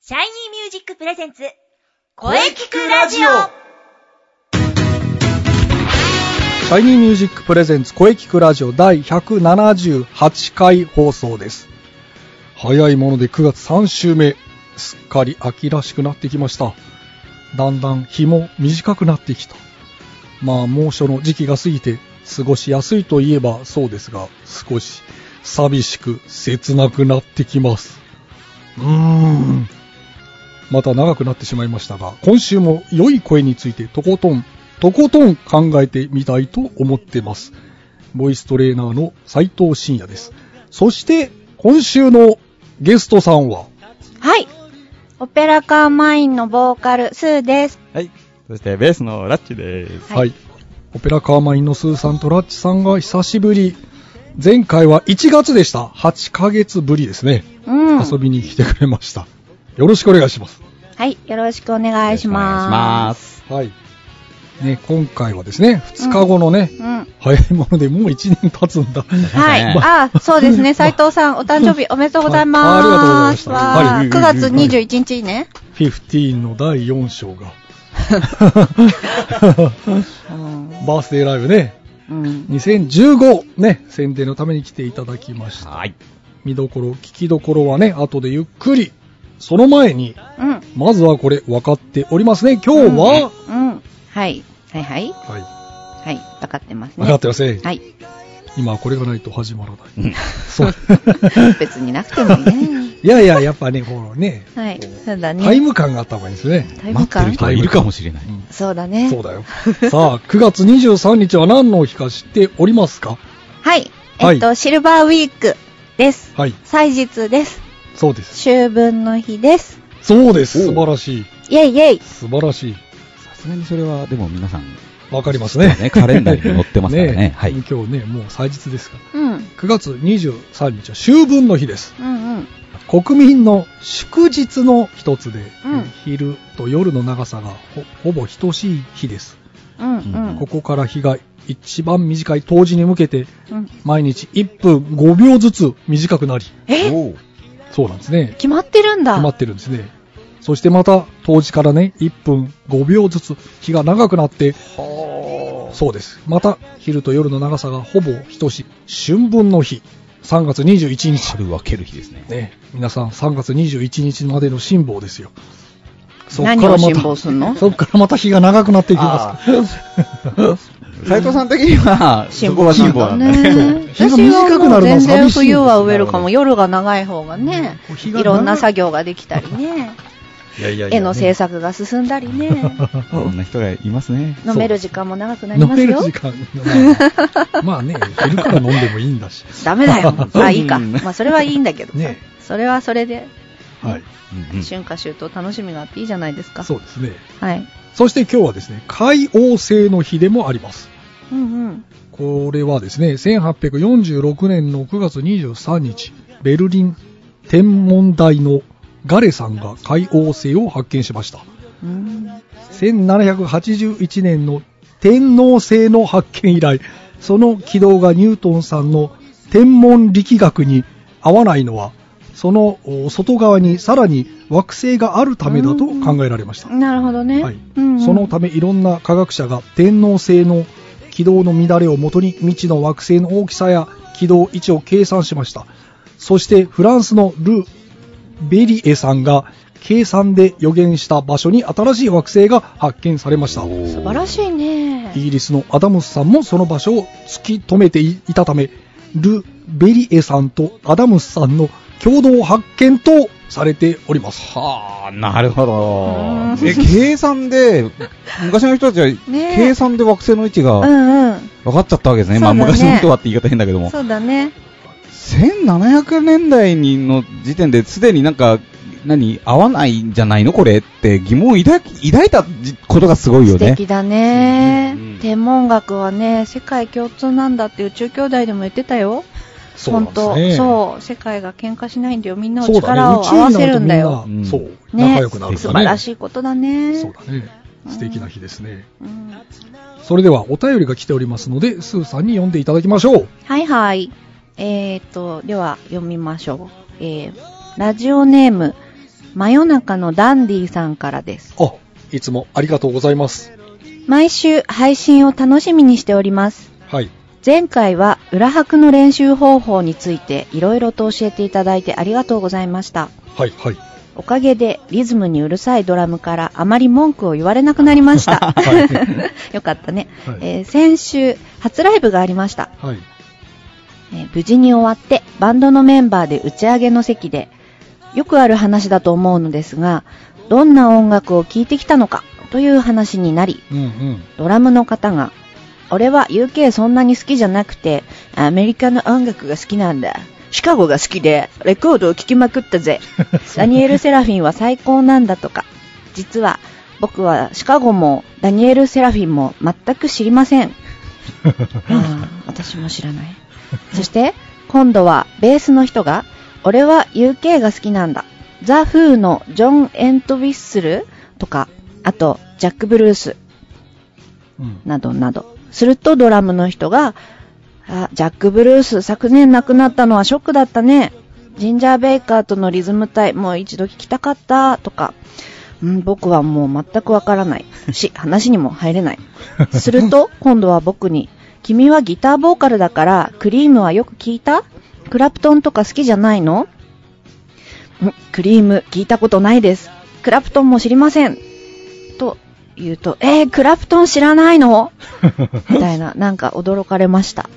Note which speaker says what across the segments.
Speaker 1: シャイニーミュージックプレゼンツ、
Speaker 2: 声聞くラジオ
Speaker 3: シャイニーミュージックプレゼンツ声聞くラジオ第178回放送です。早いもので9月3週目、すっかり秋らしくなってきました。だんだん日も短くなってきた。まあ猛暑の時期が過ぎて過ごしやすいといえばそうですが、少し寂しく切なくなってきます。うーん。また長くなってしまいましたが、今週も良い声についてとことん、とことん考えてみたいと思ってます。ボイストレーナーの斉藤慎也です。そして、今週のゲストさんは、
Speaker 4: はい。オペラカーマインのボーカル、スーです。
Speaker 5: はい。そして、ベースのラッチです。
Speaker 3: はい、オペラカーマインのスーさんとラッチさんが久しぶり。前回は1月でした。8ヶ月ぶりですね。
Speaker 4: うん。
Speaker 3: 遊びに来てくれました。よろしくお願いします。
Speaker 4: はい。よろしくお願いしま
Speaker 3: はい。ね、今回はですね、2日後のね、
Speaker 4: す。うん。
Speaker 3: 早いものでもう1年経つんだ。
Speaker 4: はい。あ、そうですね。斉藤さん、お誕生日おめでとうございます。
Speaker 3: あありがとうございました
Speaker 4: わあ
Speaker 5: はい
Speaker 4: 9月21日ね。
Speaker 3: 15の第4章が。
Speaker 4: うん。
Speaker 3: バースデーライブね、
Speaker 4: うん。
Speaker 3: 2015ね、宣伝のために来ていただきました。
Speaker 5: はい。
Speaker 3: 見どころ、聞きどころはね、後でゆっくり。その前に、
Speaker 4: うん。
Speaker 3: まずはこれ分かっておりますね。今日は、
Speaker 4: うん。はい。はいはい。
Speaker 3: は
Speaker 4: はい。わかってます
Speaker 3: い。分か
Speaker 4: ね
Speaker 3: っ。てますね。
Speaker 4: はい。
Speaker 3: 今はこれがないと始まらない。
Speaker 5: うん
Speaker 3: そう。
Speaker 4: 別になくてもね。
Speaker 3: いやいや、やっぱね、こうね、
Speaker 4: はい。そうだね。
Speaker 3: タイム感があった方がいいですね。
Speaker 4: タイム感
Speaker 3: 人がいるかも
Speaker 5: しれない
Speaker 3: うん
Speaker 4: そうだね。
Speaker 3: そうだ よ。さあ、9月23日は何の日か知っておりますか
Speaker 4: はい。
Speaker 3: はい
Speaker 4: えっと、シルバーウィークです。
Speaker 3: はい。
Speaker 4: 祭日です。
Speaker 3: そうです。
Speaker 4: 秋分の日です。
Speaker 3: そうです。素晴らしい。
Speaker 4: イェイイェイ。
Speaker 3: 素晴らしい。
Speaker 5: さすがにそれは、でも皆さん、
Speaker 3: わかりますね。
Speaker 5: ねカレンダーにも載ってますからね
Speaker 3: え
Speaker 5: はい
Speaker 3: 今 日ね、もう祭日ですから。
Speaker 4: うん。
Speaker 3: 9月23日は秋分の日です。
Speaker 4: うんうん。
Speaker 3: 国民の祝日の一つで、
Speaker 4: うん
Speaker 3: 昼と夜の長さがほほぼ等しい日です。
Speaker 4: うんうん。
Speaker 3: ここから日が一番短い冬至に向けて、
Speaker 4: うん
Speaker 3: 毎日1分5秒ずつ短くなり、
Speaker 4: え
Speaker 5: おう
Speaker 3: そうなんですね。
Speaker 4: 決まってるんだ。
Speaker 3: 決まってるんですね。そしてまた、当時からね、1分5秒ずつ、日が長くなって、そうです。また、昼と夜の長さがほぼ等しい、春分の日、3月21日。
Speaker 5: 春分ける日ですね。
Speaker 3: ね、皆さん、3月21日までの辛抱ですよ。そっから
Speaker 4: 何を
Speaker 3: ま
Speaker 4: 辛抱
Speaker 3: た、
Speaker 4: すんの
Speaker 3: そっからまた日が長くなっていきます。
Speaker 5: 斉藤さん的には、そこは辛抱なんだね。
Speaker 4: ね。
Speaker 3: 日が
Speaker 4: 私は
Speaker 3: 短く
Speaker 4: も
Speaker 3: な
Speaker 4: う
Speaker 3: るの
Speaker 4: 全
Speaker 3: は寂しい
Speaker 4: 然冬はウェルカム、夜が長い方がね
Speaker 3: うん、日が長い
Speaker 4: いろんな作業ができたりね、
Speaker 5: いやいや
Speaker 4: 絵の制作が進んだりね、
Speaker 5: いろんな人がいますね。
Speaker 4: 飲める時間も長くなり
Speaker 3: 飲
Speaker 4: ま
Speaker 3: め
Speaker 4: す
Speaker 3: る
Speaker 4: よ
Speaker 3: 時。間がまあね、昼から飲んでもいいんだし。
Speaker 4: ダメだ よ。あ、いいか。
Speaker 5: うん
Speaker 4: まあ、それはいいんだけどさ
Speaker 3: ね。
Speaker 4: それはそれで、
Speaker 3: はい。
Speaker 5: うんうん
Speaker 4: 春夏秋冬楽しみがあっていいじゃないですか。
Speaker 3: そうですね。
Speaker 4: はい。
Speaker 3: そして今日はですね、海王星の日でもあります。
Speaker 4: うんうん。
Speaker 3: これはですね、1846年の9月23日、ベルリン天文台のガレさんが海王星を発見しました。
Speaker 4: うん
Speaker 3: 1781年の天王星の発見以来、その軌道がニュートンさんの天文力学に合わないのは、そのお外側にさらに惑星があるためだと考えられました。
Speaker 4: なるほどね。
Speaker 3: はい
Speaker 4: うんうん
Speaker 3: そのためいろんな科学者が天王星の軌道の乱れをもとに未知の惑星の大きさや軌道位置を計算しましたそしてフランスのル・ベリエさんが計算で予言した場所に新しい惑星が発見されましたイ
Speaker 4: 素晴らしいね。
Speaker 3: ギリスのアダムスさんもその場所を突き止めていたためル・ベリエさんとアダムスさんの共同発見とされております
Speaker 5: はあ、なるほ
Speaker 4: う
Speaker 5: ど。
Speaker 4: ん
Speaker 5: え、計算で、昔の人たちは、
Speaker 4: ねえ
Speaker 5: 計算で惑星の位置
Speaker 4: う
Speaker 5: が
Speaker 4: んうん。
Speaker 5: 分かっちゃったわけですね。
Speaker 4: そう
Speaker 5: ま
Speaker 4: だね
Speaker 5: あ、昔の人はって言い方変だけども。
Speaker 4: そうだね。
Speaker 5: 1700年代にの時点ですでになんか、何、合わないんじゃないのこれって疑問を抱き抱いたじことがすごいよ
Speaker 4: 素
Speaker 5: ね。
Speaker 4: 敵だね、
Speaker 5: うんうん
Speaker 4: 天文学はね、世界共通なんだって宇宙兄弟でも言ってたよ。
Speaker 3: そうなんですね
Speaker 4: 本当そう。世界が喧嘩しないんだよ。みんなの
Speaker 3: そうだ
Speaker 4: 力
Speaker 3: ね
Speaker 4: を合わせるんだよ。
Speaker 5: うん
Speaker 3: 宇宙になるとみんなそう、
Speaker 4: ね
Speaker 3: 仲良くなるんだね。
Speaker 4: 素晴らしいことだね。
Speaker 3: そうだね。素敵な日ですね。
Speaker 4: うん
Speaker 3: それではお便りが来ておりますので、スーさんに読んでいただきましょう。
Speaker 4: はいはい。えーと、では読みましょう。えー、ラジオネーム、真夜中のダンディさんからです。
Speaker 3: あ、いつもありがとうございます。
Speaker 4: 毎週配信を楽しみにしております。
Speaker 3: はい。
Speaker 4: 前回は裏拍の練習方法についていろいろと教えていただいてありがとうございました。
Speaker 3: はい、はい。
Speaker 4: おかげでリズムにうるさいドラムからあまり文句を言われなくなりま した。 よかったね、
Speaker 3: はい
Speaker 4: えー先週初ライブがありました。
Speaker 3: はい。
Speaker 4: えー無事に終わってバンドのメンバーで打ち上げの席でよくある話だと思うのですがどんな音楽を聴いてきたのかという話になり
Speaker 3: うんうん。
Speaker 4: ドラムの方が俺は UK そんなに好きじゃなくてアメリカの音楽が好きなんだシカゴが好きでレコードを聴きまくったぜダニエル・セラフィンは最高なんだとか実は僕はシカゴもダニエル・セラフィンも全く知りませんああ、私も知らない。そして、今度はベースの人が、俺は UK が好きなんだ。ザ・フーのジョン・エントウィッスルとか、あと、ジャック・ブルース
Speaker 3: うん。
Speaker 4: などなど。するとドラムの人が、あ、ジャック・ブルース昨年亡くなったのはショックだったね。ジンジャー・ベイカーとのリズム隊もう一度聞きたかったとか、うん、僕はもう全くわから ないし、話にも入れない。すると、今度は僕に、君はギターボーカルだから、クリームはよく聞いたクラプトンとか好きじゃないのんクリーム聞いたことないです。クラプトンも知りません。と言うと、えー、クラプトン知らないのみたいな、なんか驚かれました。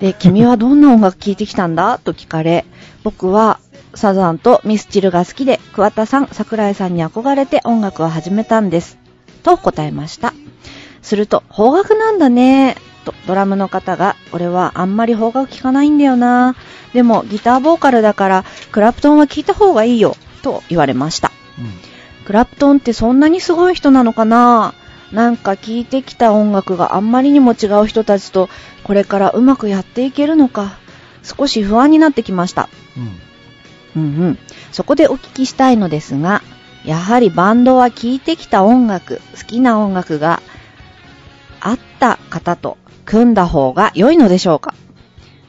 Speaker 4: で、君はどんな音楽聴いてきたんだと聞かれ、僕はサザンとミスチルが好きで、桑田さん、桜井さんに憧れて音楽を始めたんです。と答えました。すると、邦楽なんだね。と、ドラムの方が、俺はあんまり邦楽聴かないんだよな。でも、ギターボーカルだから、クラプトンは聴いた方がいいよ。と言われました。クラプトンってそんなにすごい人なのかななんか聴いてきた音楽があんまりにも違う人たちとこれからうまくやっていけるのか少し不安になってきました。
Speaker 3: うん。
Speaker 4: うんうん。そこでお聞きしたいのですが、やはりバンドは聴いてきた音楽、好きな音楽があった方と組んだ方が良いのでしょうか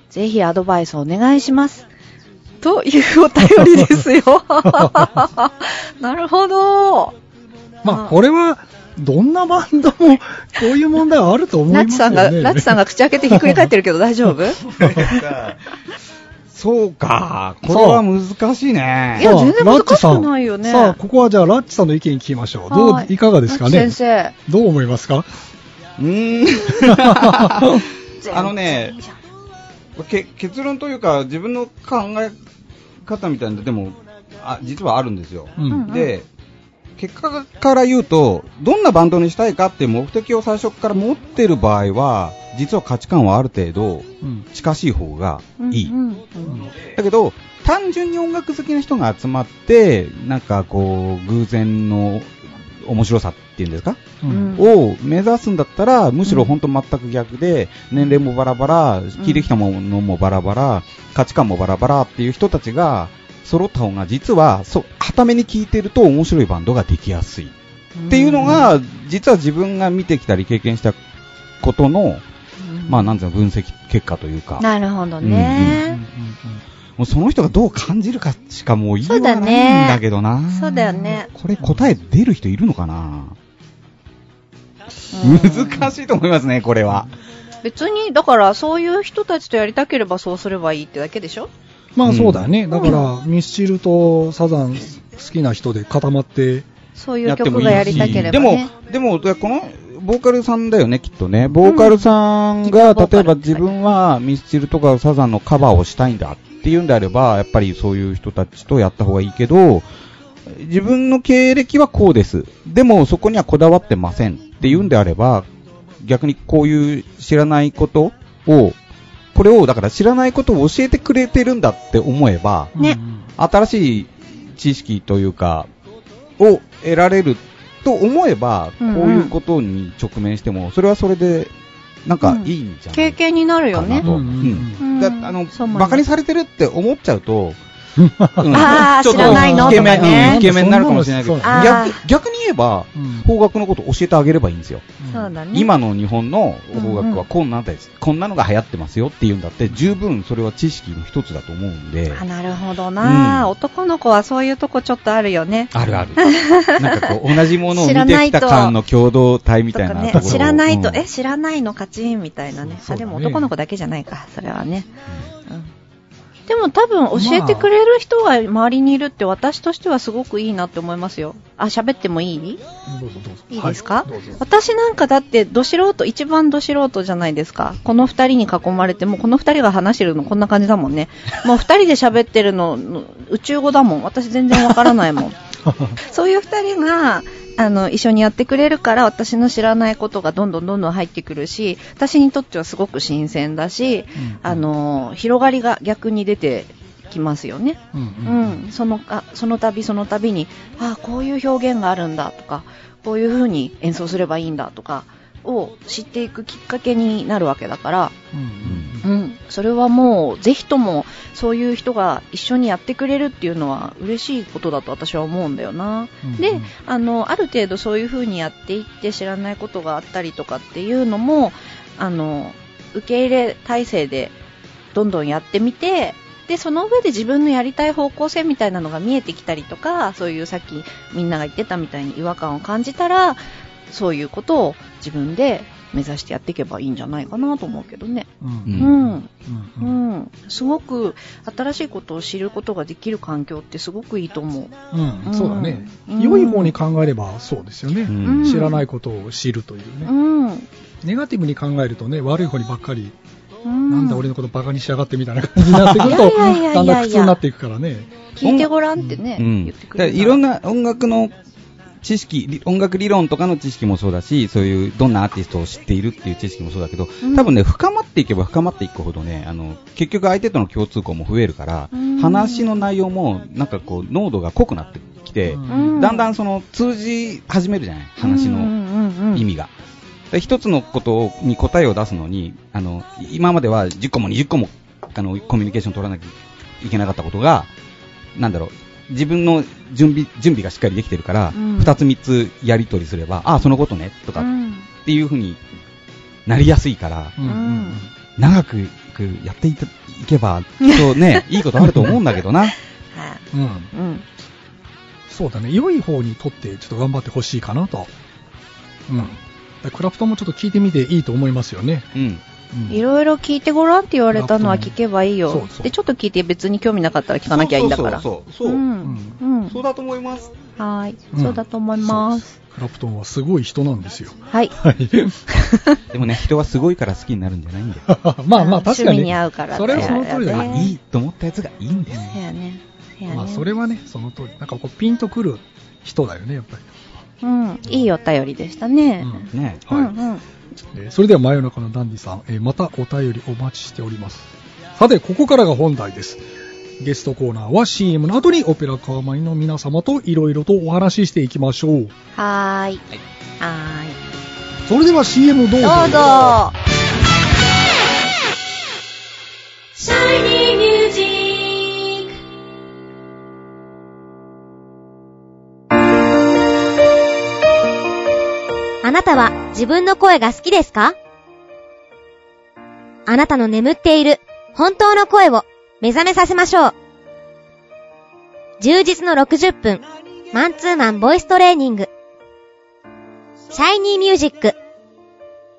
Speaker 4: ぜひアドバイスお願いします。というお便りです よ。なるほど。
Speaker 3: ま
Speaker 4: あ
Speaker 3: あ、これは、どんなバンドも、こういう問題はあると思います
Speaker 4: ラッチさ
Speaker 3: よね。
Speaker 4: んが、ラッチさんが口開けてひっくり返ってるけど大丈 夫い
Speaker 5: そうか。これは難しいね。
Speaker 4: や、
Speaker 3: さあ
Speaker 4: 全然
Speaker 3: ラッチ
Speaker 4: 難し
Speaker 3: さん
Speaker 4: くないよね。
Speaker 3: さあ、ここはじゃあ、ラッチさんの意見聞きましょう。ど
Speaker 4: は
Speaker 3: う、いかがですか
Speaker 4: ラ
Speaker 3: ね
Speaker 4: ッチ先
Speaker 3: どう思いますか
Speaker 5: うー ん。あのね、け結論というか、自分の考え方みたいなのでもあ、実はあるんですよ。
Speaker 3: うん
Speaker 4: うん
Speaker 5: で、結果から言うと、どんなバンドにしたいかっていう目的を最初から持ってる場合は、実は価値観はある程度
Speaker 3: うん。
Speaker 5: 近しい方が
Speaker 4: 生
Speaker 5: いい。
Speaker 4: うんうん
Speaker 5: だけど、単純に音楽好きな人が集まって、なんかこう、偶然の面白さっていうんですか、
Speaker 3: う
Speaker 4: うん
Speaker 3: ん。
Speaker 5: を目指すんだったら、むしろ本当全く逆で、年齢もバラバラ、聞いてきたものもバラバラ、価値観もバラバラっていう人たちが揃った方が、実は、そう、はめに聞いてると面白いバンドができやすい。っていうのが、実は自分が見てきたり経験したことの、
Speaker 4: うん
Speaker 5: まあ、なんていうの、分析結果というか、
Speaker 4: なるほど
Speaker 3: うんうん
Speaker 4: ね。
Speaker 5: もうその人がどう感じるかしかもう言いよ
Speaker 4: そう
Speaker 5: う
Speaker 4: だ
Speaker 5: がないん
Speaker 4: ね
Speaker 5: だけどな。
Speaker 4: そうだよね。
Speaker 5: これ答え出る人いるのかな、
Speaker 4: うん
Speaker 5: 難しいと思いますね、これは。
Speaker 4: 別に、だから、そういう人たちとやりたければそうすればいいってだけでしょ
Speaker 3: まあ、そうだね。だから、ミスチルとサザン好きな人で固まって、
Speaker 4: そういう曲がやりたければ、ね。
Speaker 5: でも、でも、だからこの、ボーカルさんだよね、きっとね。ボーカルさんが、
Speaker 4: うん
Speaker 5: 例えば自分はミスチルとかサザンのカバーをしたいんだっていうんであれば、やっぱりそういう人たちとやった方がいいけど、自分の経歴はこうです。でも、そこにはこだわってませんっていうんであれば、逆にこういう知らないことを、これを、だから知らないことを教えてくれてるんだって思えば、
Speaker 4: ね
Speaker 5: 新しい知識というか、を得られると思えば、
Speaker 4: うんうん
Speaker 5: こういうことに直面しても、それはそれで、なんかいいんじゃない
Speaker 4: 経験になるよ
Speaker 5: かな
Speaker 4: ね。
Speaker 5: と。
Speaker 3: うんうんうん
Speaker 5: うんだあの
Speaker 4: そう思います
Speaker 5: バカにされてるって思っちゃうと、うん
Speaker 2: あー
Speaker 5: ちょっと
Speaker 2: 知らないの
Speaker 5: イケメン、
Speaker 2: とかね
Speaker 5: うんイケメンになるかもしれないけど、
Speaker 3: そう
Speaker 2: だねあ
Speaker 5: 逆逆に言えば
Speaker 3: うん、
Speaker 5: 方角のことを教えてあげればいいんですよ。
Speaker 2: そうだね。
Speaker 5: 今の日本の方
Speaker 2: うんう
Speaker 5: 角
Speaker 2: ん
Speaker 5: はこんなです、こんなのが流行ってますよっていうんだって、十分それは知識の一つだと思うんで、
Speaker 2: あなるほどな、
Speaker 5: うん
Speaker 2: 男の子はそういうとこちょっとあるよね。
Speaker 5: あるある。 なんかこう、同じものを見
Speaker 2: 知らな
Speaker 5: て
Speaker 2: い
Speaker 5: き
Speaker 2: と
Speaker 5: た感の共同体み
Speaker 2: と
Speaker 5: たい
Speaker 2: か
Speaker 5: な
Speaker 2: ね
Speaker 5: ところを、
Speaker 2: 知らないと、
Speaker 5: うん
Speaker 2: え、知らないの勝ちみたいなね。
Speaker 3: そうそう
Speaker 2: あでも
Speaker 3: そうだね
Speaker 2: 男の子だけじゃないか、それはね。うん、でも多分教えてくれる人が周りにいるって私としてはすごくいいなって思いますよ。あ、喋ってもいい
Speaker 3: どうぞどうぞ。
Speaker 2: いいですか、
Speaker 3: はいどうぞ
Speaker 2: 私なんかだって、ど素人、一番ど素人じゃないですか。この二人に囲まれて、もうこの二人が話してるのこんな感じだもんね。もう二人で喋ってるの、宇宙語だもん。私全然わからないもん。 そういう二人が、あの、一緒にやってくれるから、私の知らないことがどんどんどんどん入ってくるし、私にとってはすごく新鮮だし、あの、広がりが逆に出てきますよね。
Speaker 3: うんう
Speaker 2: うんん、そのかその度その度にああこういう表現があるんだとかこういう風に演奏すればいいんだとかを知っていくきっかけになるわけだから、
Speaker 3: うんうん
Speaker 2: うん、それはもうぜひともそういう人が一緒にやってくれるっていうのは嬉しいことだと私は思うんだよな。
Speaker 3: うん
Speaker 2: であのある程度そういう風にやっていって知らないことがあったりとかっていうのもあの受け入れ体制でどんどんやってみてでその上で自分のやりたい方向性みたいなのが見えてきたりとかそういうさっきみんなが言ってたみたいに違和感を感じたらそういうことを自分で目指してやっていけばいいんじゃないかなと思うけどね。
Speaker 3: うん
Speaker 5: う
Speaker 3: うんん
Speaker 2: うん
Speaker 3: う
Speaker 2: うんんすごく新しいことを知ることができる環境ってすごくいいと思う。
Speaker 3: うんそうだね
Speaker 2: うん
Speaker 3: 良い方に考えればそうですよ
Speaker 5: う
Speaker 3: ね
Speaker 5: ん
Speaker 2: うん
Speaker 3: 知らないことを知るという
Speaker 2: う
Speaker 3: ね
Speaker 2: んう
Speaker 3: ネガティブに考えるとね悪い方にばっかり
Speaker 2: ん、
Speaker 3: なんだ俺のことバカにしやがってみたいな感じになってくると
Speaker 2: いやいやいやいや
Speaker 3: だんだん苦痛になっていくからね
Speaker 2: 聞いてごらんってね、
Speaker 5: う
Speaker 2: 言
Speaker 5: ん、だ
Speaker 2: ってく
Speaker 5: から
Speaker 2: れ
Speaker 5: いろん
Speaker 2: な、
Speaker 5: な音楽の知識、り音楽理論とかの知識もそうだし、そういうどんなアーティストを知っているっていう知識もそうだけど、
Speaker 2: うん
Speaker 5: 多分ね、深まっていけば深まっていくほどね、あの、結局相手との共通項も増えるから
Speaker 2: うん、
Speaker 5: 話の内容もなんかこう、濃度が濃くなってきて
Speaker 3: う、ん
Speaker 5: だんだ
Speaker 2: ん
Speaker 5: んその通じ始めるじゃない話の。意
Speaker 2: の
Speaker 5: 味が。で一つのことをに答えを出すのに、あの、今までは10個も20個も、あの、コミュニケーション取らなきゃいけなかったことが、なんだろう、自分の準備、準備がしっかりできてるから、
Speaker 2: うん
Speaker 5: 2つ3つやり取りすれば、ああ、そのことね、とかっ
Speaker 2: ん
Speaker 5: ていうふうになりやすいから、
Speaker 3: うんうんうん
Speaker 5: 長くやっていたいけば、きっと ね、いいことあると思うんだけどな。
Speaker 2: は
Speaker 3: うん
Speaker 2: いうん
Speaker 3: そうだね良い方にとってちょっと頑張ってほしいかなとうんでクラプトンもちょっと聞いてみていいと思いますよね
Speaker 5: うん。
Speaker 3: うん
Speaker 2: いろいろ聞いてごらんって言われたのは聞けばいい
Speaker 3: そ
Speaker 2: よ
Speaker 3: うそう
Speaker 2: でちょっと聞いて別に興味なかった ら聞かなきゃいいんだから
Speaker 5: そうそうそうそうう。
Speaker 2: んうん
Speaker 5: そうだと思います。
Speaker 2: はーい
Speaker 3: うん
Speaker 2: そうだと思います
Speaker 3: クラプトンはすごい人なんですよ
Speaker 2: はい
Speaker 3: はい
Speaker 5: でもね、人はすごいから好きになるんじゃないんだよ。
Speaker 3: まあまあ
Speaker 2: 趣
Speaker 3: 確か
Speaker 2: 味
Speaker 3: に
Speaker 2: に合うから
Speaker 3: それはその通りだ
Speaker 2: だ
Speaker 5: あ
Speaker 2: よ
Speaker 3: ね、
Speaker 5: いいと思ったやつがいいんだよ。
Speaker 2: そうやねそうやね
Speaker 3: まあ、それはねその通りなんかこうピンとくる人だよねやっぱり
Speaker 2: うんいいお便りでしたね
Speaker 3: うん
Speaker 5: ね。
Speaker 2: う
Speaker 3: はい
Speaker 2: んうん
Speaker 3: えーそれでは真夜中のダンディさん、えーまたお便りお待ちしておりますさてここからが本題ですゲストコーナーは CM の後にオペラカーマイの皆様といろいろとお話ししていきましょう
Speaker 2: はーいは
Speaker 3: それでは CM どうぞ
Speaker 2: ーいどうぞ
Speaker 4: あなたは自分の声が好きですかあなたの眠っている本当の声を目覚めさせましょう。充実の60分、マンツーマンボイストレーニング。シャイニーミュージック。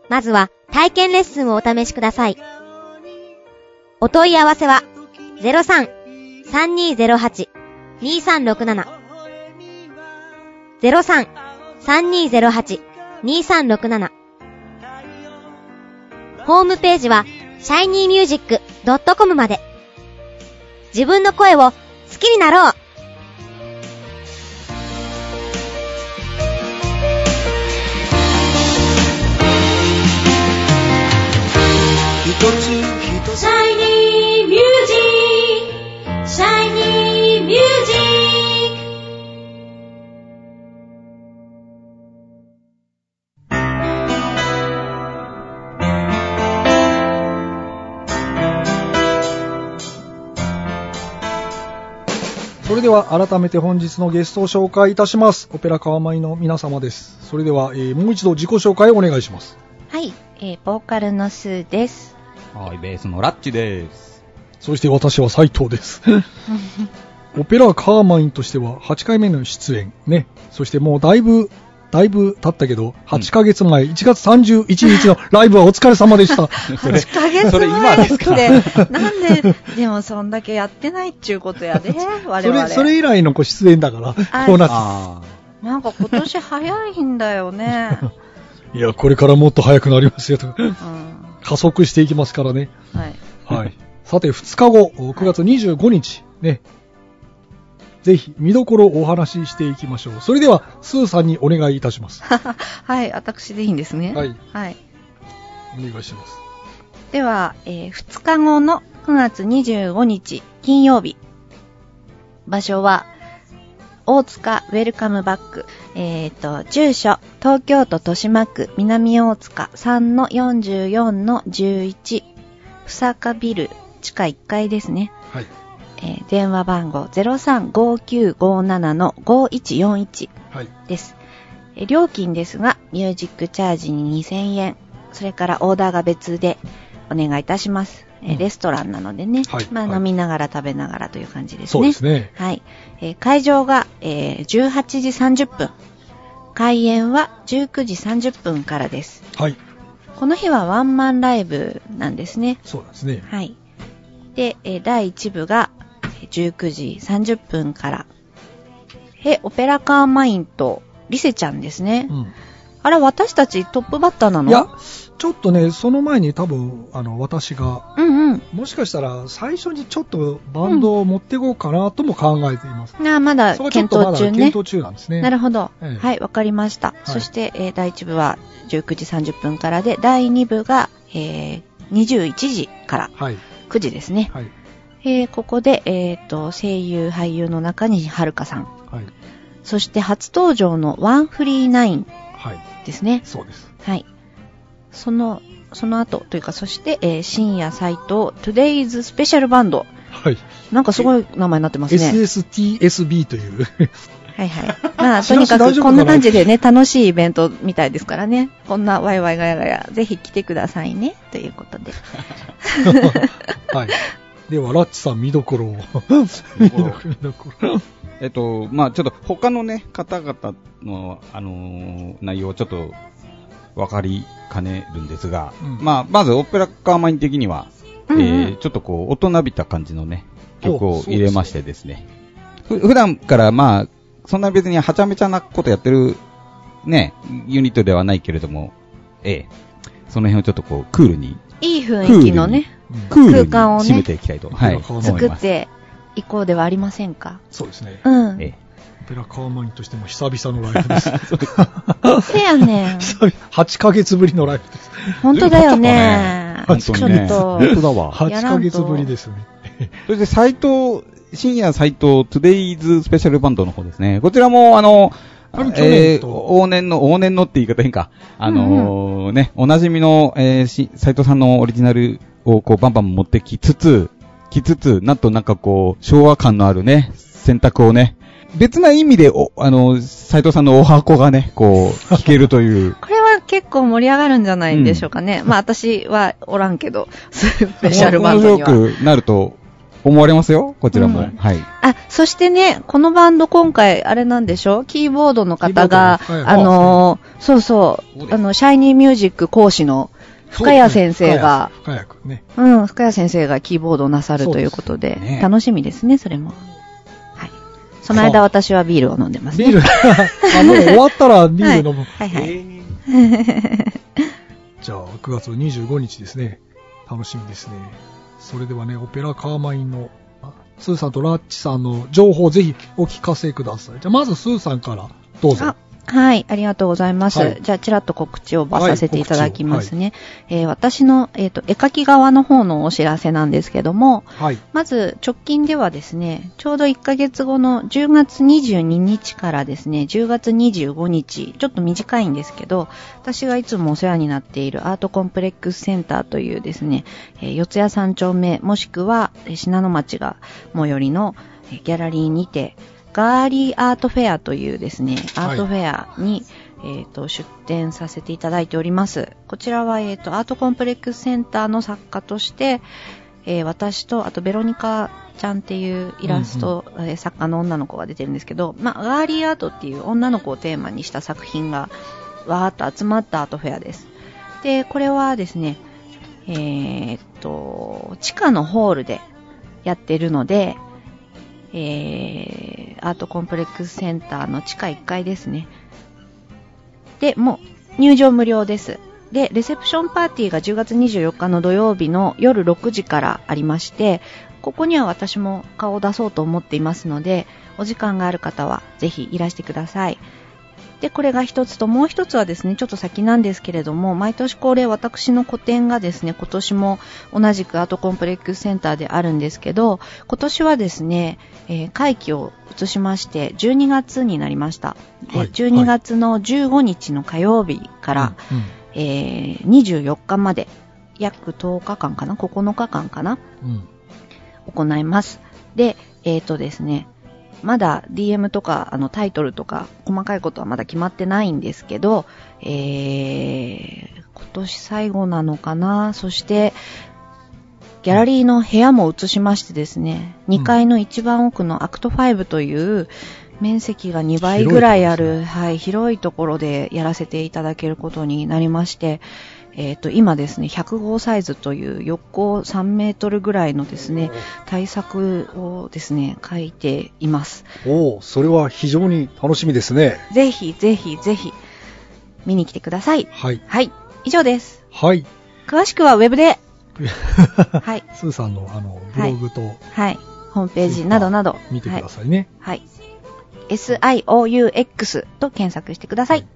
Speaker 4: まずは体験レッスンをお試しください。お問い合わせは03-3208-2367 03-3208-2367 3208-2367ホームページは shinymusic.com まで自分の声を好きになろう
Speaker 3: れでは改めて本日のゲストを紹介いたしますオペラ川舞の皆様ですそれでは、えーもう一度自己紹介をお願いします
Speaker 6: はい、えーボーカルのスーです。
Speaker 5: はい、ベースのラッチです。
Speaker 3: そして私は斉藤です オペラカーマインとしては8回目の出演ねそしてもうだいぶだいぶ経ったけど8ヶ月前、1月31日 のライブはお疲れ様でした
Speaker 5: それ、
Speaker 2: ヶ月
Speaker 5: それ今
Speaker 2: 前
Speaker 5: で
Speaker 2: ですす
Speaker 5: か
Speaker 2: って、なんで、でもそんだけやってないっちゅうことやで、我
Speaker 3: そ
Speaker 2: 々。
Speaker 3: れそれ以来のこう出演だから
Speaker 2: あ
Speaker 3: こうなっ
Speaker 5: あ
Speaker 2: なんか今年早いんだよね。
Speaker 3: ていやこれからもっと早くなりますよと
Speaker 2: うん。は
Speaker 3: 加速していきますからね
Speaker 2: い。
Speaker 3: はい。さて、2日後、9月25日、ね。ぜひ、見どころをお話ししていきましょう。それでは、スーさんにお願いいたします。
Speaker 2: はい、私でいいんですね。
Speaker 3: はい。
Speaker 2: はい。
Speaker 3: お願いします。
Speaker 2: では、え2日後の9月25日金曜日。場所は、大塚ウェルカムバック。えっ、と、住所、東京都豊島区南大塚3-44-11。ふさかビル、地下1階ですね。
Speaker 3: はい。
Speaker 2: えー電話番号035957-5141。
Speaker 3: はい。
Speaker 2: です。えー料金ですが、ミュージックチャージに2000円、それからオーダーが別でお願いいたします。えー
Speaker 3: うん
Speaker 2: レストランなのでね、
Speaker 3: はい
Speaker 2: まあ、
Speaker 3: はい
Speaker 2: 飲みながら食べながらという感じです
Speaker 3: そうで
Speaker 2: ね。
Speaker 3: すね。
Speaker 2: はい。えー会場が、えー18時30分、開演は19時30分からです。
Speaker 3: はい。
Speaker 2: この日はワンマンライブなんですね。
Speaker 3: そうですね。
Speaker 2: はい。で、えー第1部がえー19時30分から。え、オペラカーマインとリセちゃんですね。
Speaker 3: うん。
Speaker 2: あれ、私たちトップバッターなの
Speaker 3: いや、ちょっとね、その前に多分、あの、私が、
Speaker 2: うんうん。
Speaker 3: もしかしたら、最初にちょっとバンドを持っていこうかなとも考えています。
Speaker 2: あまだ
Speaker 3: そこはちょ
Speaker 2: 検
Speaker 3: っとま
Speaker 2: 討
Speaker 3: だ
Speaker 2: 中
Speaker 3: 検
Speaker 2: ね。
Speaker 3: 討中なんですね。
Speaker 2: なるほど。
Speaker 3: ええ
Speaker 2: はい、わかりました。
Speaker 3: い
Speaker 2: そして、えー第1部は19時30分からで、第2部が、えー21時から
Speaker 3: はい。
Speaker 2: 9時ですね。
Speaker 3: はい。
Speaker 2: えーここで、えっ、と、声優、俳優の中西遥さん。
Speaker 3: はい。
Speaker 2: そして初登場のワンフリーナイン
Speaker 3: はい。
Speaker 2: ですね。
Speaker 3: そうです。
Speaker 2: はい。その、その後というか、そして、えー深夜斎藤 Today's スペシャルバンド。
Speaker 3: はい。
Speaker 2: なんかすごい名前になってますね。
Speaker 3: SSTSB という。
Speaker 2: はいはい。まあ、
Speaker 3: 知
Speaker 2: と
Speaker 3: ら
Speaker 2: に
Speaker 3: せ
Speaker 2: か
Speaker 3: 大
Speaker 2: く
Speaker 3: 丈夫
Speaker 2: こ
Speaker 3: かなん
Speaker 2: な感じでね、楽しいイベントみたいですからね。こんなワイワイガヤガヤ、ぜひ来てくださいね。ということで。
Speaker 3: はい。では、ラッチさん見どころを。見
Speaker 5: 見
Speaker 3: ど
Speaker 5: ど
Speaker 3: こ
Speaker 5: こ
Speaker 3: ろ
Speaker 5: ろえっと、まあちょっと他のね、方々の、あのー内容をちょっと分かりかねるんですが、
Speaker 3: うん
Speaker 5: まあまずオペラカーマイン的には、
Speaker 2: うんうん
Speaker 5: えーちょっとこう、大人びた感じのね、曲
Speaker 3: お
Speaker 5: を
Speaker 3: そうですね
Speaker 5: 入れましてですね、ふ普段からまあそんな別にはちゃめちゃなことやってる、ね、ユニットではないけれども、ええ、その辺をちょっとこう、クールに、
Speaker 2: いい雰囲気のね、
Speaker 5: クールに
Speaker 2: 空間をね
Speaker 5: 締めていきたいと、はい、
Speaker 3: 空間をね
Speaker 5: 思い
Speaker 2: 作
Speaker 5: ま
Speaker 2: っ
Speaker 5: す。
Speaker 2: ていこうではありませんか。
Speaker 3: そうですね。
Speaker 2: うん。
Speaker 5: ええ
Speaker 3: オペラカーマインとしても久々のライブです。
Speaker 2: せやねん。
Speaker 3: 8ヶ月ぶりのライブです。
Speaker 2: 本当だよね。
Speaker 5: 本当
Speaker 2: ちょ
Speaker 5: にね
Speaker 2: っと。。
Speaker 5: 本当だわ。
Speaker 3: 8ヶ月ぶりですね。
Speaker 5: そして斎藤、深夜斎藤、トゥデイズスペシャルバンドの方ですね。こちらも、あの、
Speaker 3: これも去年
Speaker 5: えー、
Speaker 3: と
Speaker 5: 往年の、往年のって言い方変か。あのーね、おなじみの、えーし、斎藤さんのオリジナルをこうバンバン持ってきつつ、きつつ、なんとなんかこう、昭和感のあるね、選択をね、別な意味で、お、あの、斎藤さんのお箱がね、こう、聞けるという
Speaker 2: これは結構盛り上がるんじゃないんでしょうかね。まあ私はおらんけ ど、 スペシャルバンドには。
Speaker 5: 面白くなると思われますよ、こちらも。
Speaker 2: うん
Speaker 5: はい。
Speaker 2: あ、そしてね、このバンド今回、あれなんでしょキーボードの方が、
Speaker 3: キーボードのは
Speaker 2: あ
Speaker 3: い
Speaker 2: のーそうそ
Speaker 5: そうで
Speaker 2: う、
Speaker 5: す
Speaker 2: あの、シャイニーミュージック講師の深谷先生が、
Speaker 3: 深谷君ね。
Speaker 2: うん、深谷先生がキーボードをなさるということで、
Speaker 5: そうですね
Speaker 2: 楽しみですね、それも。はい。その間
Speaker 3: そう
Speaker 2: 私はビールを飲んでます
Speaker 3: ビ
Speaker 2: ね。
Speaker 3: ー ル、あの、終わったらビール飲む。
Speaker 2: はいはい。
Speaker 3: じゃあ、9月25日ですね。楽しみですね。それではね、オペラカーマインの、あスーさんとラッチさんの情報をぜひお聞かせください。じゃあ、まずスーさんから、どうぞ
Speaker 2: あ。はい、ありがとうございます。
Speaker 3: はい
Speaker 2: じゃあ、ちらっと告知をばさせていただきますね。えー私の、えっ、と、絵描き側の方のお知らせなんですけども、
Speaker 3: はい。
Speaker 2: まず直近ではですね、ちょうど1ヶ月後の10月22日からですね、10月25日、ちょっと短いんですけど、私がいつもお世話になっているアートコンプレックスセンターというですね、えー四谷三丁目もしくはえー信濃町が最寄りの、えーギャラリーにて、ガーリーアートフェアというですね、アートフェアに、えっ、と、出展させていただいております。こちらは、えっ、と、アートコンプレックスセンターの作家として、えー私と、あとベロニカちゃんっていうイラスト、えー作家の女の子が出てるんですけど、まあ、ガーリーアートっていう女の子をテーマにした作品が、わーっと集まったアートフェアです。で、これはですね、えーっと、地下のホールでやってるので、えー、アートコンプレックスセンターの地下1階ですね。で、もう入場無料です。で、レセプションパーティーが10月24日の土曜日の夜6時からありまして、ここには私も顔を出そうと思っていますので、お時間がある方はぜひいらしてください。で、これが一つと、もう一つはですね、ちょっと先なんですけれども、毎年恒例私の個展がですね、今年も同じくアートコンプレックスセンターであるんですけど、今年はですね、えー会期を移しまして、12月になりました。で
Speaker 3: はい
Speaker 2: 12月の15日の火曜日から、
Speaker 3: うん
Speaker 2: えー24日まで、約10日間かな ?9 日間かな
Speaker 3: うん
Speaker 2: 行います。で、えっ、とですね、まだ DM とかあのタイトルとか細かいことはまだ決まってないんですけど、えー、今年最後なのかなそして、ギャラリーの部屋も移しましてですね、
Speaker 3: ん
Speaker 2: 2階の一番奥のアクト5という面積が2倍ぐらいある、
Speaker 3: 広いところですね
Speaker 2: はい、広いところでやらせていただけることになりまして、えっ、と、今ですね、100号サイズという横3メートルぐらいのですね、対策をですね、書いています。
Speaker 3: おおそれは非常に楽しみですね
Speaker 2: ぜひぜひぜひ、見に来てください。
Speaker 3: はい
Speaker 2: はい、以上です。
Speaker 3: はい
Speaker 2: 詳しくはウェブで、はい、
Speaker 3: スーさんのあのブログと
Speaker 2: はい、ホームページなどなど、
Speaker 3: 見てくださいね、
Speaker 2: はい、はい、SIOUX と検索してください。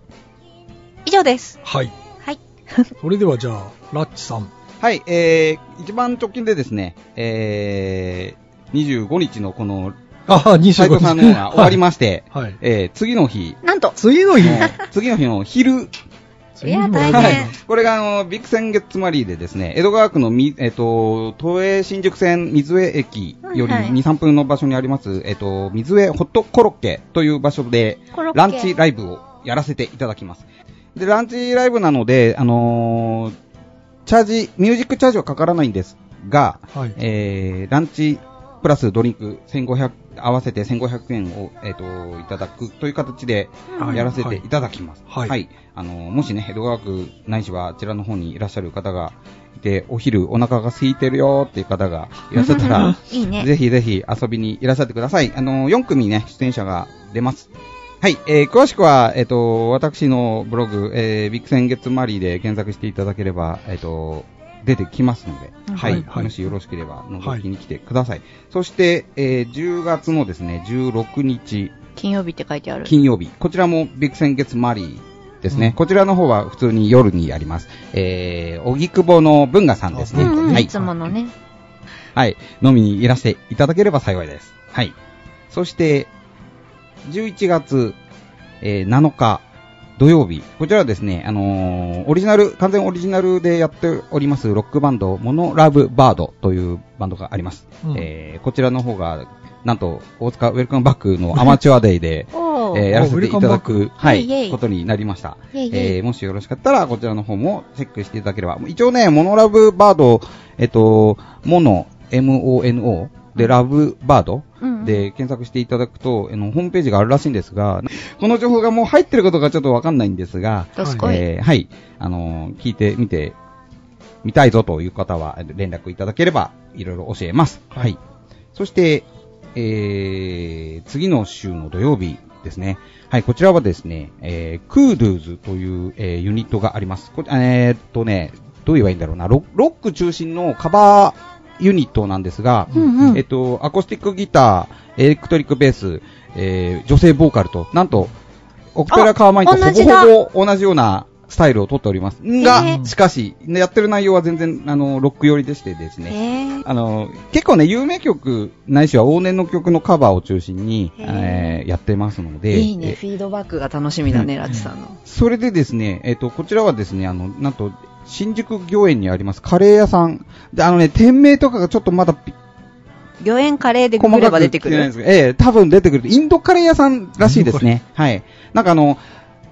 Speaker 2: 以上です。
Speaker 3: はい、
Speaker 2: はい。
Speaker 3: それではじゃあラッチさん
Speaker 5: はい、えー、一番直近でですね、えー、25日のこの、
Speaker 3: ああ
Speaker 5: 斎
Speaker 3: 25
Speaker 5: 藤さんの方が終わり
Speaker 3: ま
Speaker 5: まして、
Speaker 3: すはい、
Speaker 5: えー、次の日、
Speaker 2: なんと、
Speaker 3: 次の日
Speaker 5: もう次の日の昼、
Speaker 3: いや
Speaker 4: 大変
Speaker 5: はい。これが、あの、ビッグ線月マリーでですね、江戸川区のみ、えっ、と、東映新宿線水江駅より
Speaker 4: はいはい
Speaker 5: 2、3分の場所にあります、えっ、と、水江ホットコロッケという場所で、
Speaker 4: コロッケ
Speaker 5: ランチライブをやらせていただきます。で、ランチライブなので、あのーチャージ、ミュージックチャージはかからないんですが、
Speaker 3: はい
Speaker 5: えー、ランチプラスドリンク1500、合わせて1500円を、えっ、と、いただくという形で
Speaker 3: はい
Speaker 5: やらせていただきます。
Speaker 3: はい
Speaker 5: あの、もしね、江戸川区ないしはあちらの方にいらっしゃる方がいて、お昼お腹が空いてるよーっていう方が いらっしゃったら、
Speaker 4: いいね。
Speaker 5: ぜひぜひ遊びにいらっしゃってください。あの、4組ね、出演者が出ます。はい、えー、詳しくは、えっ、と、私のブログ、えー、ビッグ先月マリーで検索していただければ、えっ、と、出てきますので、はい、
Speaker 3: はいはい
Speaker 5: もしよろしければ、覗きに来てください。そして、えー、10月のですね、16日、
Speaker 2: 金曜日って書いてある。
Speaker 5: 金曜日。こちらもビッグ先月マリーですね。
Speaker 3: うん
Speaker 5: こちらの方は普通に夜にやります。えー、荻窪の文雅さんですね。
Speaker 3: あ文
Speaker 5: はい
Speaker 2: いつものね。
Speaker 5: はい。飲みにいらしていただければ幸いです。はい。そして、11月、えー7日土曜日。こちらはですね、あのーオリジナル、完全オリジナルでやっておりますロックバンド、モノラブバードというバンドがあります。
Speaker 3: うん
Speaker 5: えーこちらの方が、なんと、大塚ウェルカムバックのアマチュアデイで、
Speaker 2: お
Speaker 5: えーやらせていただ
Speaker 3: ウェル
Speaker 5: く、は
Speaker 2: イェイイェ
Speaker 5: い、
Speaker 2: イ
Speaker 5: ことになりました。
Speaker 4: イェイイェイ
Speaker 5: えーもしよろしかったら、こちらの方もチェックしていただければ。一応ね、モノラブバード、えっと、モノ、MONO で、ラブバード
Speaker 2: うんうん
Speaker 5: で検索していただくと、あの、ホームページがあるらしいんですが、この情報がもう入ってることがちょっとわかんないんですが、
Speaker 2: どすこい。
Speaker 5: えーはい、あのー聞いてみて、見たいぞという方は連絡いただければ、いろいろ教えます。
Speaker 3: は
Speaker 5: はいい。そして、えー、次の週の土曜日ですね。はい、こちらはですね、えー、クードゥーズという、えーユニットがあります。こえーっとね、どう言えばいいんだろうな、ロロック中心のカバーユニットなんですが、
Speaker 2: うんうん
Speaker 5: えっと、アコースティックギター、エレクトリックベース、えー女性ボーカルと、なんと、オクテラカーマインとほ
Speaker 2: あ同じだ
Speaker 5: ぼほぼ同じようなスタイルをとっております。
Speaker 3: へ
Speaker 5: が、
Speaker 3: ー
Speaker 5: しかし、ねやってる内容は全然、あの、ロック寄りでしてですね、
Speaker 2: え
Speaker 5: あの、結構ね、有名曲、ないしは往年の曲のカバーを中心に、
Speaker 2: へー
Speaker 5: えーやってますの
Speaker 2: ー
Speaker 5: で、
Speaker 2: いいね、
Speaker 5: え
Speaker 2: フィードバックが楽しみだね、ラチさんの。
Speaker 5: それでですね、えっ、と、こちらはですね、あの、なんと、新宿御苑にありますカレー屋さん。で、あのね、店名とかがちょっとまだピ
Speaker 2: 魚園カレーでググれば出てく
Speaker 5: 細か
Speaker 2: る。
Speaker 5: く言ってないんですけどええ多分出てくる。インドカレー屋さんらしいですね。はい。なんかあの、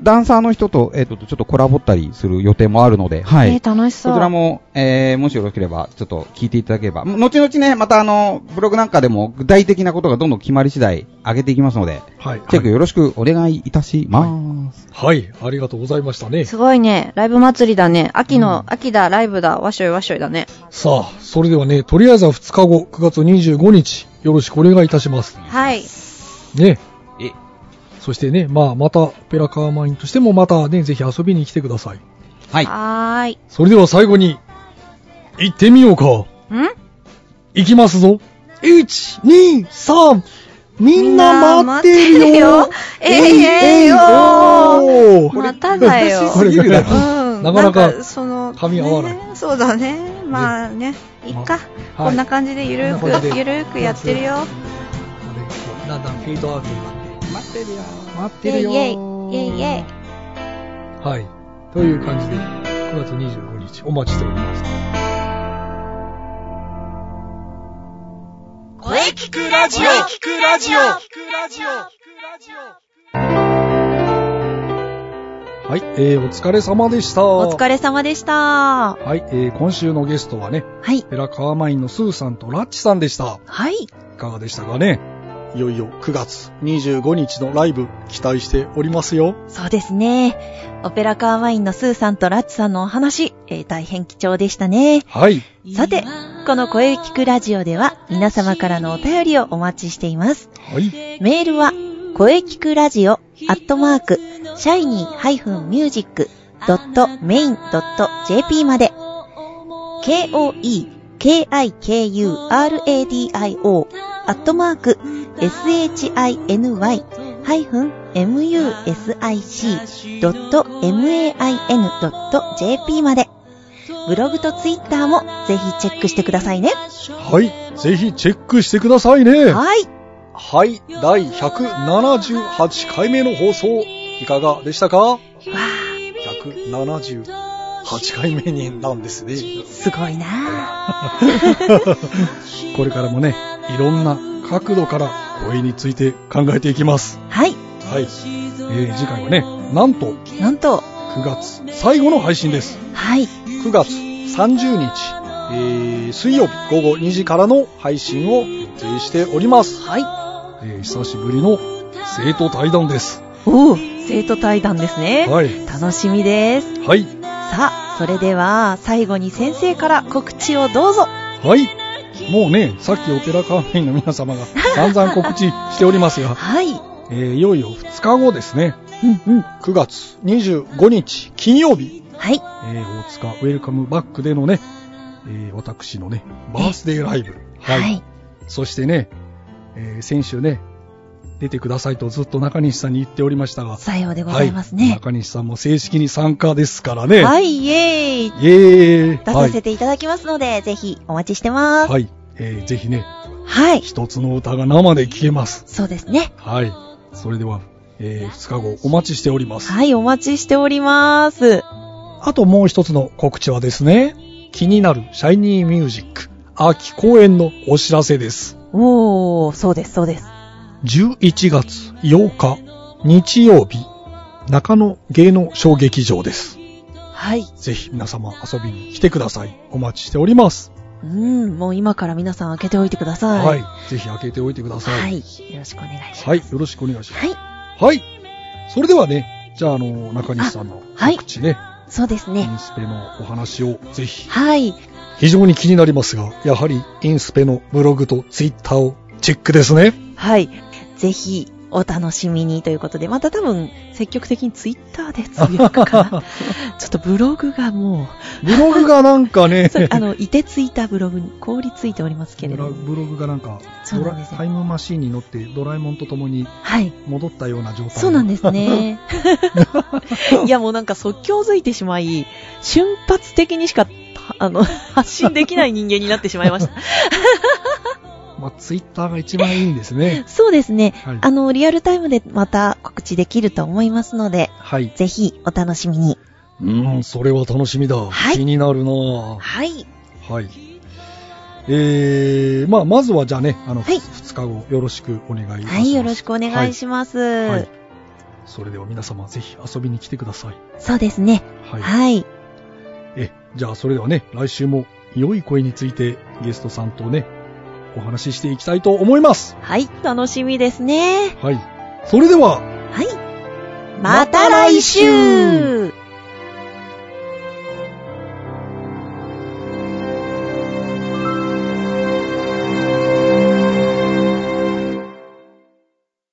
Speaker 5: ダンサーの人と、えっ、と、ちょっとコラボったりする予定もあるので、はい。
Speaker 2: えー楽しそう。
Speaker 5: そちらも、えー、もしよろしければ、ちょっと聞いていただければ。後々ね、またあの、ブログなんかでも具体的なことがどんどん決まり次第上げていきますので、
Speaker 3: はい。
Speaker 5: チェックよろしくお願いいたします。
Speaker 3: はい。ありがとうございましたね。
Speaker 2: すごいね。ライブ祭りだね。秋の、秋だ、ライブだ、わしょいわしょいだね。
Speaker 3: さあ、それではね、とりあえずは2日後、9月25日、よろしくお願いいたします。
Speaker 2: はい。
Speaker 3: ね。
Speaker 5: え
Speaker 3: そしてね、まあ、また、ペラカーマインとしてもまたね、ぜひ遊びに来てください。
Speaker 5: はい。
Speaker 2: はーい。
Speaker 3: それでは最後に、行ってみようか。
Speaker 2: ん
Speaker 3: 行きますぞ。1、2、3。みんな待ってる
Speaker 2: み
Speaker 3: よ。
Speaker 2: んな待ってるよえいえいよ
Speaker 3: おー
Speaker 2: まただよ。
Speaker 3: これ
Speaker 5: すぎるだ
Speaker 2: う
Speaker 5: ろ
Speaker 2: ん。
Speaker 3: なかなか
Speaker 2: んその、
Speaker 3: 髪合わない
Speaker 2: ねそうだね。まあね。いっか。
Speaker 3: ま
Speaker 2: こんな感じでゆる
Speaker 3: こんな感じ
Speaker 2: く、
Speaker 3: で
Speaker 2: ゆるくやってるよ。
Speaker 3: だんだんフィードアウトになって。
Speaker 5: 待ってるよ。
Speaker 3: 待っ
Speaker 2: イ
Speaker 3: て
Speaker 2: ェ
Speaker 3: る
Speaker 2: イイ
Speaker 3: よ。
Speaker 2: ェイ。イェイイェイ。
Speaker 3: はい。という感じで、9月25日、お待ちしております。
Speaker 1: 声聞くラジオ聞くラジオ
Speaker 3: はい、えー、お疲れ様でした。
Speaker 2: お疲れ様でした。
Speaker 3: はい、えー、今週のゲストはね、
Speaker 2: はい。
Speaker 3: ペラカーマインのスーさんとラッチさんでした。
Speaker 2: はい。
Speaker 3: いかがでしたかねいよいよ9月25日のライブ、期待しておりますよ。
Speaker 7: そうですね。オペラカーワインのスーさんとラッチさんのお話、えー大変貴重でしたね。
Speaker 3: はい、
Speaker 7: さて、この声聞くラジオでは皆様からのお便りをお待ちしています。
Speaker 3: はい、
Speaker 7: メールは、声聞くラジオ、アットマーク、シャイニー -music.main.jp まで、k-o-e-k-i-k-u-r-a-d-i-o、アットマーク、shiny-music.main.jp まで、ブログとツイッターもぜひチェックしてくださいね。
Speaker 3: はい、ぜひチェックしてくださいね。
Speaker 7: はい。
Speaker 3: はい、第178回目の放送、いかがでしたか
Speaker 7: わあ、
Speaker 3: 178回目になんですね。
Speaker 7: すごいなあ。
Speaker 3: これからもね、いろんな角度から声について考えていきます。
Speaker 7: はい。
Speaker 3: はい。えー、次回はね、なんと
Speaker 7: なんと、
Speaker 3: 9月最後の配信です。
Speaker 7: はい。
Speaker 3: 9月30日、えー、水曜日午後2時からの配信を予定しております。はい。えー、久しぶりの生徒対談です。
Speaker 7: おお、生徒対談ですね。
Speaker 3: はい。
Speaker 7: 楽しみです。
Speaker 3: はい。
Speaker 7: さあ、それでは最後に先生から告知をどうぞ。
Speaker 3: はい。もうね、さっきお寺カーメンの皆様が散々告知しておりますが、
Speaker 7: はい。
Speaker 3: えー、いよいよ2日後ですね。
Speaker 7: うんうん。
Speaker 3: 9月25日金曜日、
Speaker 7: はい。
Speaker 3: えー大塚ウェルカムバックでのね、えー私のね、バースデーライブ。
Speaker 7: はい。
Speaker 3: そしてね、えー先週ね、出てくださいとずっと中西さんに言っておりましたが、
Speaker 7: さようでございますね。
Speaker 3: 中西さんも正式に参加ですからね。。
Speaker 7: はいい、イエーイ。
Speaker 3: イェーイ
Speaker 7: 出させていただきますので、ぜひお待ちしてます。
Speaker 3: はい。はいえーぜひね、
Speaker 7: はい。
Speaker 3: 一つの歌が生で聴けます。
Speaker 7: そうですね。
Speaker 3: はい。それでは、え2日後お待ちしております。
Speaker 7: はい、お待ちしております。
Speaker 3: あともう一つの告知はですね、気になるシャイニーミュージック秋公演のお知らせです。
Speaker 7: おー、そうです、そうです。
Speaker 3: 11月8日日曜日、中野芸能小劇場です。
Speaker 7: はい。
Speaker 3: ぜひ皆様遊びに来てください。お待ちしております。
Speaker 7: うん、もう今から皆さん開けておいてください。
Speaker 3: はい。。ぜひ開けておいてください。
Speaker 7: は
Speaker 3: はい。
Speaker 7: い。よろしくお願いします。
Speaker 3: よろしくお願いしま
Speaker 7: はい。
Speaker 3: す。はい。それではね、じゃあ、あの、中西さんの
Speaker 7: はい
Speaker 3: 告知ね、
Speaker 7: そうです
Speaker 3: イ
Speaker 7: ね。
Speaker 3: ンスペのお話をぜひ。
Speaker 7: はい。
Speaker 3: 非常に気になりますが、やはりインスペのブログとツイッターをチェックですね。
Speaker 7: はい。ぜひ、お楽しみにということで、また多分、積極的にツイッターでつぶやくか な。ちょっとブログがも
Speaker 3: ブログがなんかね
Speaker 7: う、、 そう あの、いてついたブログに凍りついておりますけれ
Speaker 3: ブ
Speaker 7: ど
Speaker 3: ロ
Speaker 7: も。
Speaker 3: ブログがなんか
Speaker 7: そう
Speaker 3: ド
Speaker 7: なん
Speaker 3: ラ
Speaker 7: ですよ
Speaker 3: タイムマシーンに乗ってドラえもんと共に
Speaker 7: はい。
Speaker 3: 戻ったような状態
Speaker 7: そうなんで すね。いや、もうなんか即興づいてしまい、瞬発的にしか、あの、 発信できない人間になってしま いました。
Speaker 3: まあ、ツイッターが一番いいんですね
Speaker 7: そうですね。
Speaker 3: はい
Speaker 7: あの、リアルタイムでまた告知できると思いますので、
Speaker 3: はい
Speaker 7: ぜひお楽しみに。
Speaker 3: うんそれは楽しみだ、
Speaker 7: はい
Speaker 3: 気になるなぁ
Speaker 7: はい。
Speaker 3: はいえーまあ、まずはじゃあね、あの、
Speaker 7: はい
Speaker 3: 2日後よろしくお願いいたします。
Speaker 7: はい、よろしくお願いします。
Speaker 3: はい
Speaker 7: は
Speaker 3: はいい。それでは皆様ぜひ遊びに来てください。
Speaker 7: そうですね。
Speaker 3: はい。
Speaker 7: はい。
Speaker 3: え、じゃあそれではね、来週も良い声についてゲストさんとね、お話ししていきたいと思います。
Speaker 7: はい、楽しみですね。
Speaker 3: はい。それでは、
Speaker 7: はい。また来週